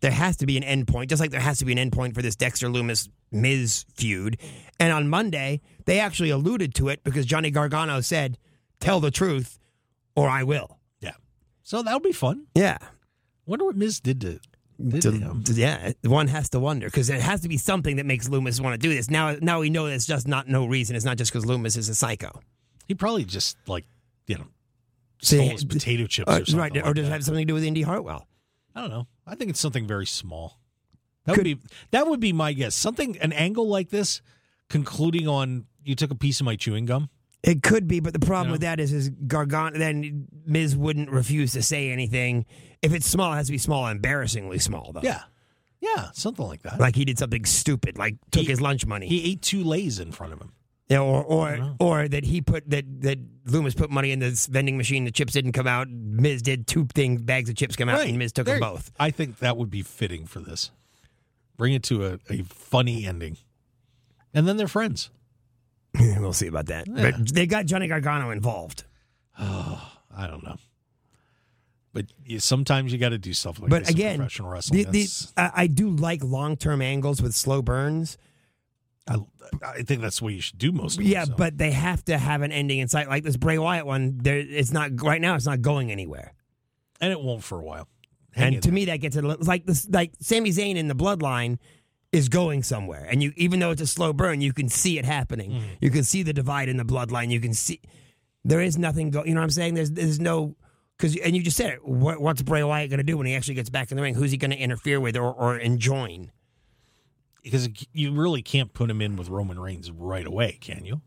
There has to be an end point, just like there has to be an end point for this Dexter Loomis Miz feud. And on Monday, they actually alluded to it because Johnny Gargano said, "Tell the truth, or I will."
Yeah. So that'll be fun.
Yeah.
Wonder what Miz did to did
to-
to him.
to- yeah, one has to wonder because it has to be something that makes Loomis want to do this. Now, now we know it's just not no reason. It's not just because Loomis is a psycho.
He probably just like you know
So-
stole his potato chips
Uh,
or something.
right,
like
or does it
that.
have something to do with Indy Hartwell?
I don't know. I think it's something very small. That would be that would be my guess. Something an angle like this, concluding on you took a piece of my chewing gum.
It could be, but the problem
No.
with that is, is Gargano. Then Miz wouldn't refuse to say anything. If it's small, it has to be small, embarrassingly small, though.
Yeah. Yeah. Something like that.
like he did something stupid, like took
He-
his lunch money,
He ate two lays in front of him.
yeah, or or or that he put that that Loomis put money in this vending machine. The chips didn't come out. Miz did two things, bags of chips come out, and Miz took
There-
them both.
I think that would be fitting for this. Bring it to a, a funny ending. And then they're friends.
we'll see about that.
Yeah.
But they got Johnny Gargano involved.
I don't know. But you, sometimes you got to do stuff like
but
this in
again,
professional wrestling.
the- the-
That's-
I, I do like long term angles with slow burns.
I, I think that's the way you should do most of
Yeah,
it, so.
but they have to have an ending in sight. Like this Bray Wyatt one, there it's not right now. It's not going anywhere.
And it won't for a while. Hang in
And to me, that gets it it's like this. Like Sami Zayn in the Bloodline is going somewhere, and you even though it's a slow burn, you can see it happening.
Mm-hmm.
You can see the divide in the Bloodline. You can see there is nothing going. You know what I'm saying? There's there's no because and you just said it. What, what's Bray Wyatt going to do when he actually gets back in the ring? Who's he going to interfere with or, or enjoin?
because you really can't put him in with Roman Reigns right away, can you?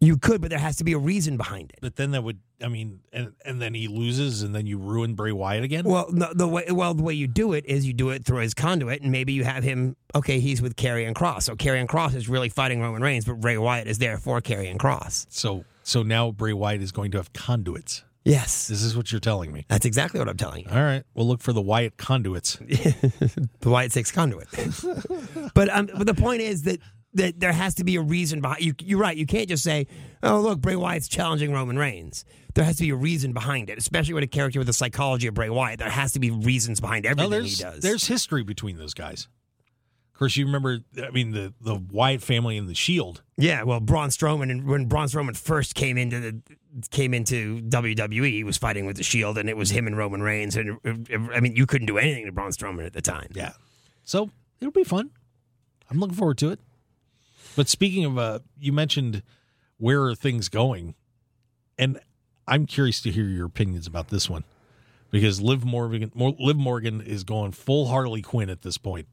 You could, but there has to be a reason behind it.
But then that would, I mean, and and then he loses, and then you ruin Bray Wyatt again.
Well, no, the way well the way you do it is you do it through his conduit, and maybe you have him. Okay, he's with Karrion Cross, so Karrion Cross is really fighting Roman Reigns, but Bray Wyatt is there for Karrion Cross.
so so now Bray Wyatt is going to have conduits.
Yes,
This is what you're telling me.
that's exactly what I'm telling you.
All right, we'll look for the Wyatt conduits.
The Wyatt Six conduit. but um, but the point is that that there has to be a reason behind. You, you're right. You can't just say, "Oh, look, Bray Wyatt's challenging Roman Reigns." There has to be a reason behind it, especially with a character with the psychology of Bray Wyatt. There has to be reasons behind
No,
everything
there's
he does.
there's history between those guys. Of course, you remember. I mean, the the Wyatt family and the Shield.
Yeah, well, Braun Strowman, and when Braun Strowman first came into the came into WWE, he was fighting with the Shield, and it was him and Roman Reigns, and uh, I mean, you couldn't do anything to Braun Strowman at the time.
Yeah, so it'll be fun. I'm looking forward to it. But speaking of, uh, you mentioned where are things going, and I'm curious to hear your opinions about this one because Liv Morgan, Mor- Liv Morgan is going full Harley Quinn at this point.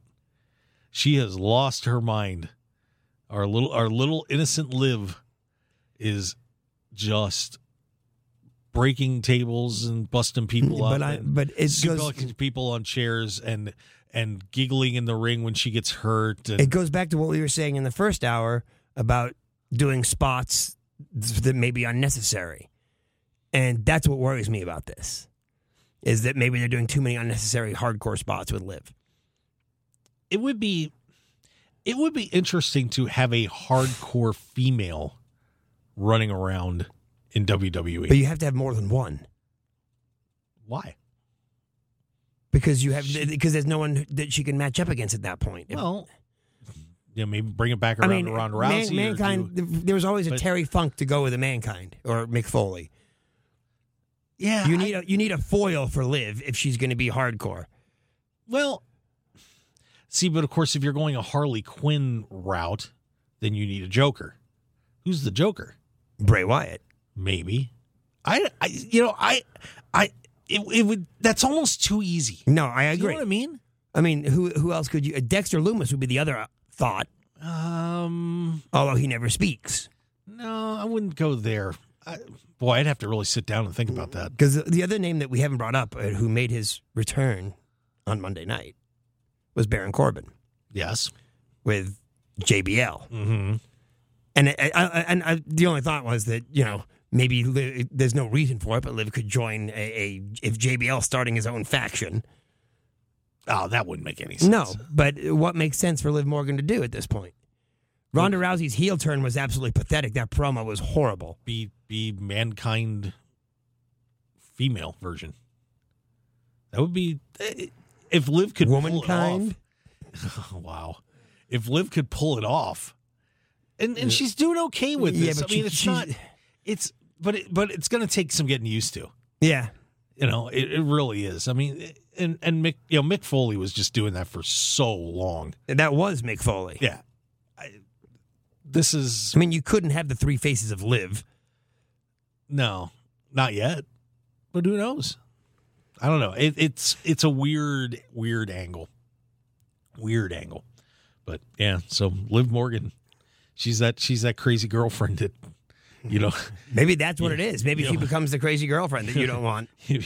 She has lost her mind. Our little, our little innocent Liv is just breaking tables and busting people up.
But I,
and-
but it goes
suplex people on chairs and and giggling in the ring when she gets hurt. And
it goes back to what we were saying in the first hour about doing spots that may be unnecessary, and that's what worries me about this, is that maybe they're doing too many unnecessary hardcore spots with Liv.
it would be it would be interesting to have a hardcore female running around in WWE.
But you have to have more than one.
Why?
Because you have, because there's no one that she can match up against at that point. If-
Well, you know, maybe bring it back
I
around
mean,
to Ronda
man-
Rousey. or
mankind.
do-
th- there was always a
but-
Terry Funk to go with a mankind or Mick Foley.
yeah,
You
I-
need a you need a foil for Liv if she's going to be hardcore.
Well, see, but of course, if you're going a Harley Quinn route, then you need a Joker. Who's the Joker?
Bray Wyatt.
Maybe. I, I you know, I, I, it, it would, that's almost too easy.
No, I
Do You
agree.
know what I mean?
I mean, who who else could you? uh, Dexter Loomis would be the other uh, thought,
Um,
although he never speaks.
no, I wouldn't go there. I, boy, I'd have to really sit down and think about that.
Because the, the other name that we haven't brought up, uh, who made his return on Monday night, was Baron Corbin
Yes.
with JBL.
Mm-hmm.
And I, I, I- and I, the only thought was that you know maybe Liv, there's no reason for it, but Liv could join a, a if JBL starting his own faction.
Oh, that wouldn't make any sense.
No, but what makes sense for Liv Morgan to do at this point?
Mm.
Ronda Rousey's heel turn was absolutely pathetic. That promo was horrible.
Be, be mankind female version. That would be, eh, if Liv could
Womankind.
pull it off. wow. If Liv could pull it off, and, and she's doing okay with
Yeah,
this.
but
I mean,
she-
it's
she's-
not, it's, but it, but it's going to take some getting used to.
Yeah,
You know, it, it really is. I mean, and and Mick, you know, Mick Foley was just doing that for so long.
that was Mick Foley.
Yeah, I, this is
I mean, you couldn't have the three faces of Liv.
no, not yet. But who knows? I don't know. It, it's it's a weird weird angle, weird angle. But yeah, so Liv Morgan, she's that she's that crazy girlfriend that You know,
Maybe that's what it is. Maybe
You
she
know.
becomes the crazy girlfriend that you don't want.
you,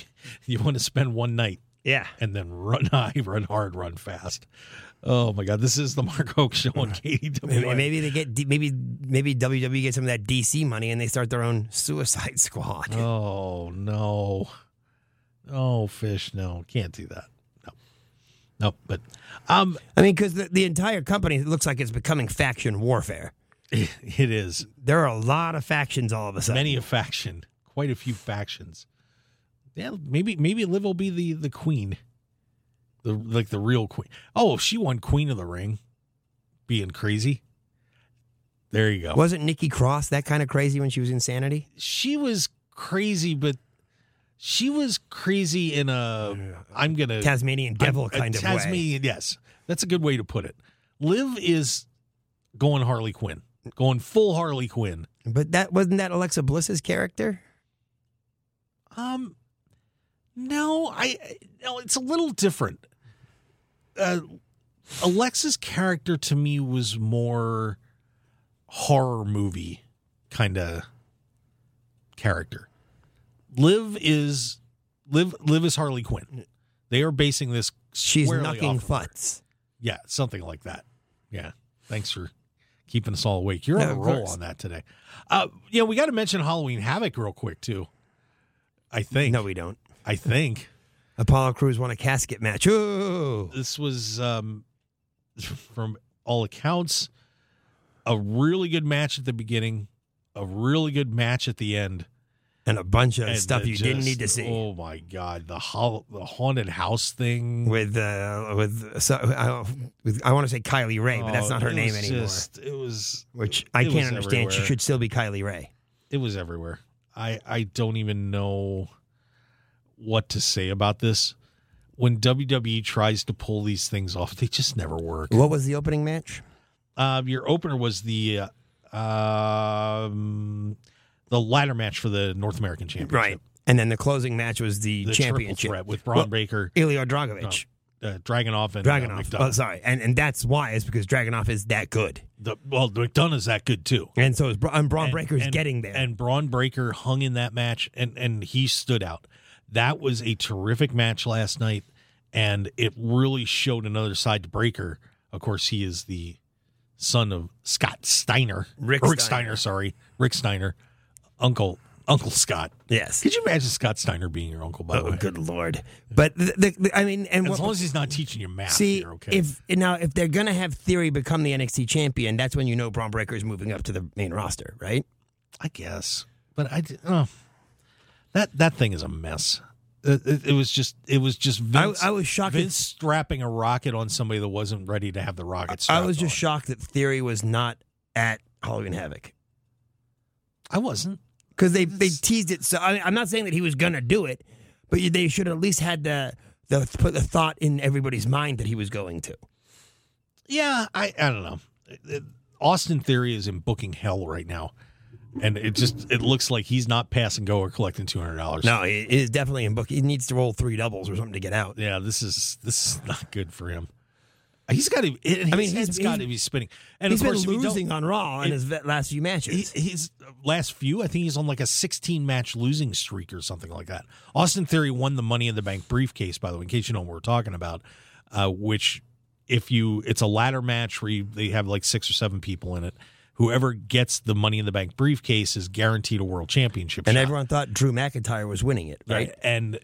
you want to spend one night
Yeah.
and then run high, run hard, run fast. Oh my God, this is the Mark Hoke show on
Maybe,
KDWN.
maybe they get D- maybe maybe WWE gets some of that DC money and they start their own Suicide Squad.
Oh no. Oh fish, no. Can't do that. No. No, but um
I mean, because the, the entire company looks like it's becoming faction warfare.
it is.
There are a lot of factions all of a sudden.
Many a faction. Quite a few factions. Yeah, maybe maybe Liv will be the the queen. The like the real queen. Oh, she won Queen of the Ring. Being crazy. There you go.
Wasn't Nikki Cross that kind of crazy when she was insanity?
she was crazy, but she was crazy in a I'm gonna
Tasmanian devil
a
kind of way.
Tasmanian, yes, that's a good way to put it. Liv is going Harley Quinn, going full Harley Quinn.
But that wasn't that Alexa Bliss's character?
Um, no, I I- no, it's a little different. Uh, Alexa's character to me was more horror movie kind of character. Liv is Liv Liv is Harley Quinn. They are basing this.
She's
squarely
knocking
off of her.
futts.
Yeah, something like that. Yeah. Thanks for keeping us all awake. You're
Yeah,
on a
of
roll
course.
on that today. Uh, you know, we got to mention Halloween Havoc real quick too. I think.
No, we don't.
I think
Apollo Crews won a casket match. Ooh.
this was, um, from all accounts, a really good match at the beginning, a really good match at the end.
And a bunch of
and
stuff
the
you didn't
just-
need to see.
Oh my God, the hol- the haunted house thing.
With uh, with, so, I, with I want to say Kylie Ray, but that's
Oh,
not her
it
name
was
anymore.
just- it was
which I
it was
can't understand. She
everywhere.
should still be Kylie Ray.
it was everywhere. I I don't even know what to say about this. When WWE tries to pull these things off, they just never work.
What was the opening match?
Um, your opener was the uh, um, the ladder match for the North American Championship,
And then the closing match was the,
The
championship
triple threat with Braun
Well,
Baker,
Ilya Dragovich.
uh, Dragunov, and Uh,
Dragunov.
McDonough.
oh, sorry. And and that's why is because Dragunov is that good.
The, well, McDonough's that good too.
And so is Bra- and Braun
And-
Breaker's
and-
getting there.
And Braun Breaker hung in that match, and and he stood out. That was a terrific match last night, and it really showed another side to Breaker. Of course, he is the son of Scott Steiner,
Rick
Or Rick Steiner.
Steiner.
Sorry, Rick Steiner, Uncle Uncle Scott.
yes.
Could you imagine Scott Steiner being your uncle? By the
Oh,
way,
good lord. But the, the, the- I mean, and
as
what-
long as he's not teaching you math,
see
you're okay.
if now if they're gonna have Theory become the NXT champion, that's when you know Braun Breaker is moving up to the main roster, right?
I guess, but I d- oh, that that thing is a mess. It, it- it was just it was just Vince,
I was shocked
Vince
that-
strapping a rocket on somebody that wasn't ready to have the rocket.
I
strapped
was just
on.
shocked that Theory was not at Halloween Havoc.
I wasn't.
because they they teased it. So I mean, I'm not saying that he was gonna do it, but you- they should at least had the the put the thought in everybody's mind that he was going to.
Yeah, I I don't know. It- it- Austin Theory is in booking hell right now, and it just it looks like he's not pass and go or collecting two hundred dollars.
No, it it is definitely in book. He needs to roll three doubles or something to get out.
yeah, this is this is not good for him. He's got to. I mean,
he's-
he's got to be spinning. And
He's
of
been
course, if you don't-
losing on Raw in
it-
his ve- last few
he,
matches.
his last few, I think he's on like a 16 match losing streak or something like that. Austin Theory won the Money in the Bank briefcase, by the way, in case you know what we're talking about. Uh, which, if you, it's a ladder match where you, they have like six or seven people in it. Whoever gets the Money in the Bank briefcase is guaranteed a world championship.
and
shot.
everyone thought Drew McIntyre was winning it, right?
Right. And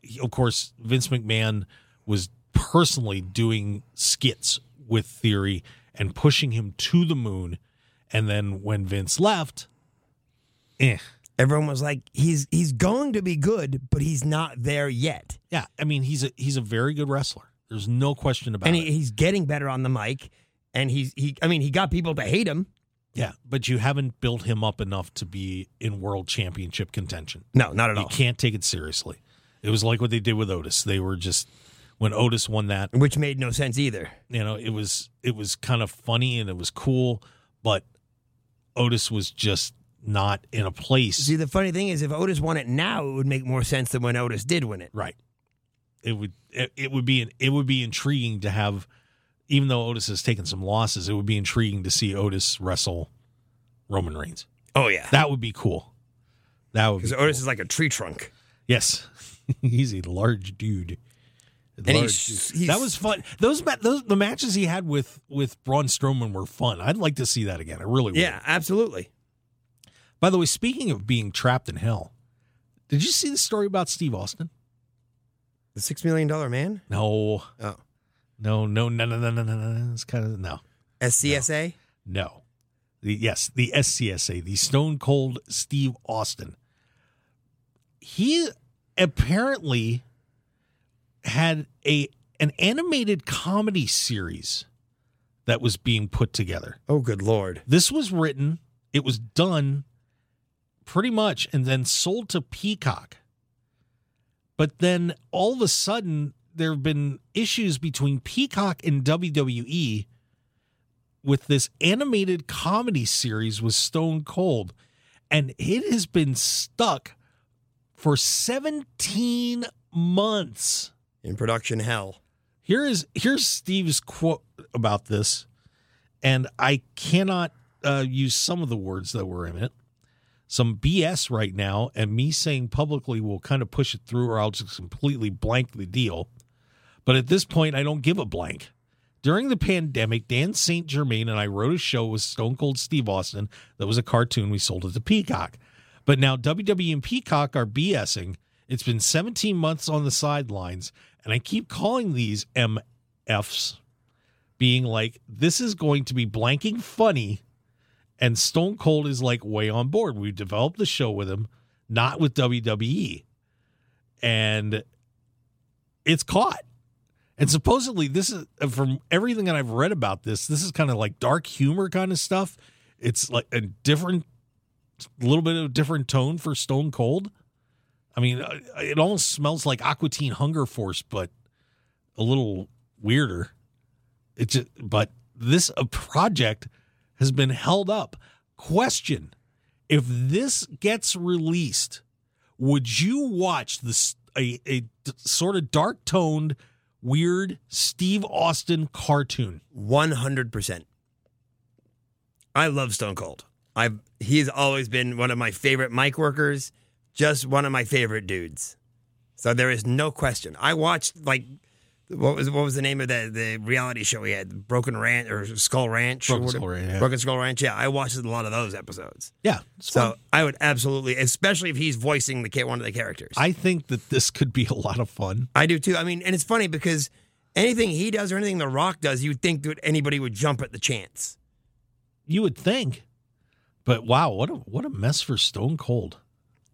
he- of course, Vince McMahon was personally doing skits with Theory and pushing him to the moon. And then when Vince left, eh.
Everyone was like, "He's he's going to be good, but he's not there yet."
Yeah, I mean he's a he's a very good wrestler. There's no question about
And
it.
he, he's getting better on the mic, and he's he. I mean, he got people to hate him.
yeah, but you haven't built him up enough to be in world championship contention.
No, not at
You
all.
can't take it seriously. It was like what they did with Otis. They were just when Otis won that,
Which made no sense either.
you know it was it was kind of funny and it was cool but otis was just not in a place
See, the funny thing is, if Otis won it now, it would make more sense than when Otis did win it.
right it would it, it would be an, it would be intriguing to have even though otis has taken some losses it would be intriguing to see otis wrestle roman reigns
Oh yeah,
That would be cool. That would be
because Otis is like a tree trunk.
Yes, he's a large dude. A
And
large
he's-
dude.
he's-
that was fun. Those, ma- those the matches he had with with Braun Strowman were fun. I'd like to see that again. I really would.
Yeah, absolutely.
By the way, speaking of being trapped in hell, did you see the story about Steve Austin?
The six million dollar man.
No,
Oh,
no, no, no, no, no, no, no. no. It's kind of no,
SCSA.
no. The, yes, the SCSA, the Stone Cold Steve Austin. He apparently had a an animated comedy series that was being put together.
Oh, good lord.
This was written, it was done pretty much, and then sold to Peacock. But then all of a sudden, there have been issues between Peacock and WWE with this animated comedy series with Stone Cold. And it has been stuck for 17 months.
In production hell.
Here is here's Steve's quote about this, and I cannot uh, use some of the words that were in it. Some BS right now, and me saying publicly will kind of push it through, or I'll just completely blank the deal. But at this point, I don't give a blank. During the pandemic, Dan St. Germain and I wrote a show with Stone Cold Steve Austin that was a cartoon. We sold it to Peacock. But now WWE and Peacock are BSing. It's been 17 months on the sidelines, and I keep calling these MFs, being like, this is going to be blanking funny. And Stone Cold is like way on board. We've developed the show with him, not with WWE. And it's caught. And supposedly, this is uh, from everything that I've read about this. This is kind of like dark humor kind of stuff. It's like a different, little bit of a different tone for Stone Cold. I mean, uh, it almost smells like Aqua Teen Hunger Force, but a little weirder. It's just, but this uh, project has been held up. Question: If this gets released, would you watch this a, a d- sort of dark toned, weird Steve Austin cartoon?
One hundred percent. I love Stone Cold. I've he's always been one of my favorite mic workers, just one of my favorite dudes. So there is no question. I watched like what was what was the name of the the reality show we had? Broken Ranch or Skull Ranch? or
Broken Skull
whatever.
Ranch, yeah.
Broken Skull Ranch. Yeah, I watched a lot of those episodes.
Yeah, it's
So
fun.
I would absolutely, especially if he's voicing the ca- one of the characters.
I think that this could be a lot of fun.
I do too. I mean, and it's funny because anything he does or anything The Rock does, you'd think that anybody would jump at the chance.
You would think, but wow, what a what a mess for Stone Cold.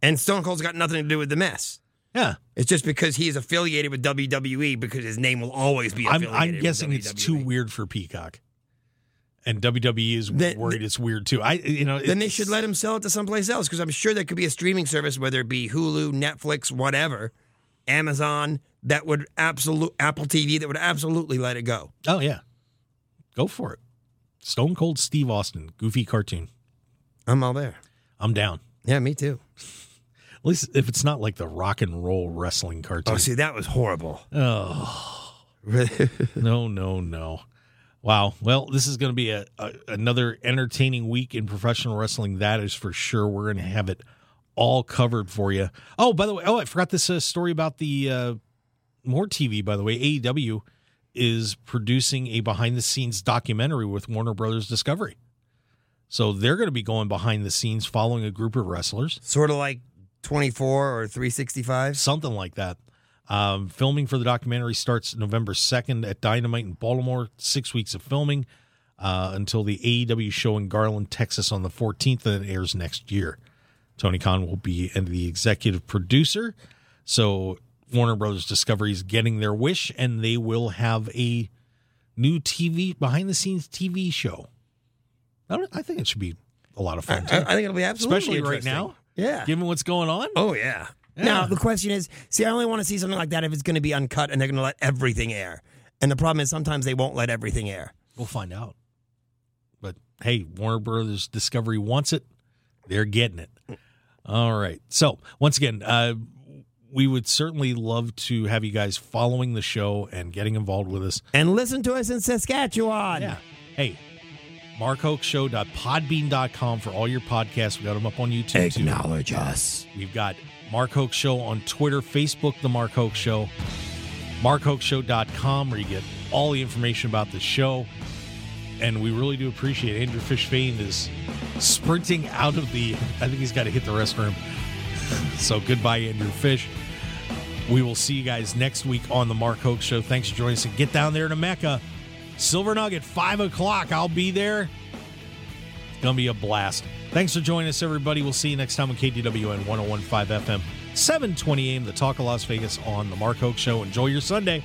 And Stone Cold's got nothing to do with the mess.
Yeah,
It's just because he's affiliated with WWE because his name will always be
I'm
affiliated
I'm
with E.
guessing it's too
WWE.
weird for Peacock, and WWE is
Then-
worried it's weird too. I you know
Then they
it's-
should let him sell it to someplace else because I'm sure there could be a streaming service, whether it be Hulu, Netflix, whatever, Amazon, that would absolute Apple TV that would absolutely let it go.
Oh yeah, go for it. Stone Cold Steve Austin, goofy cartoon.
I'm all there.
I'm down.
Yeah, me too.
At least if it's not like the rock and roll wrestling cartoon.
Oh, see, that was horrible.
Oh, no, no, no. Wow. Well, this is going to be a, a another entertaining week in professional wrestling. That is for sure. We're going to have it all covered for you. Oh, by the way, oh, I forgot this uh, story about the uh, more TV. By the way, AEW is producing a behind the scenes documentary with Warner Brothers Discovery. So they're going to be going behind the scenes, following a group of wrestlers
sort of like 24 or 365.
something like that. Um, filming for the documentary starts November 2nd at Dynamite in Baltimore. Six weeks of filming uh, until the AEW show in Garland, Texas on the 14th, and it airs next year. Tony Khan will be and the executive producer. So Warner Brothers Discovery is getting their wish, and they will have a new TV behind the scenes TV show. I, don't- I think it should be a lot of fun, too.
I, I think it'll be absolutely
especially right
interesting.
now,
Yeah.
given what's going on.
oh yeah. Now the question is, see, I only want to see something like that if it's going to be uncut and they're going to let everything air. And the problem is sometimes they won't let everything air.
We'll find out. But hey, Warner Brothers Discovery wants it. They're getting it. All right. So, once again, uh, we would certainly love to have you guys following the show and getting involved with us.
And listen to us in Saskatchewan.
Yeah. Hey, markhokeshow.podbean.com for all your podcasts. We got them up on YouTube too.
Acknowledge us.
We've got Mark Hoke Show on Twitter, Facebook, The Mark Hoke Show, markhokeshow.com, where you get all the information about the show. And we really do appreciate Andrew Fishbane is sprinting out of the, I think he's got to hit the restroom. so goodbye, Andrew Fish. We will see you guys next week on The Mark Hoke Show. Thanks for joining us. And get down there to Mecca. Silver Nugget, 5 o'clock. I'll be there. It's going to be a blast. Thanks for joining us, everybody. We'll see you next time on KDWN 1015 FM, 720 AM, the Talk of Las Vegas on The Mark Hoke Show. Enjoy your Sunday.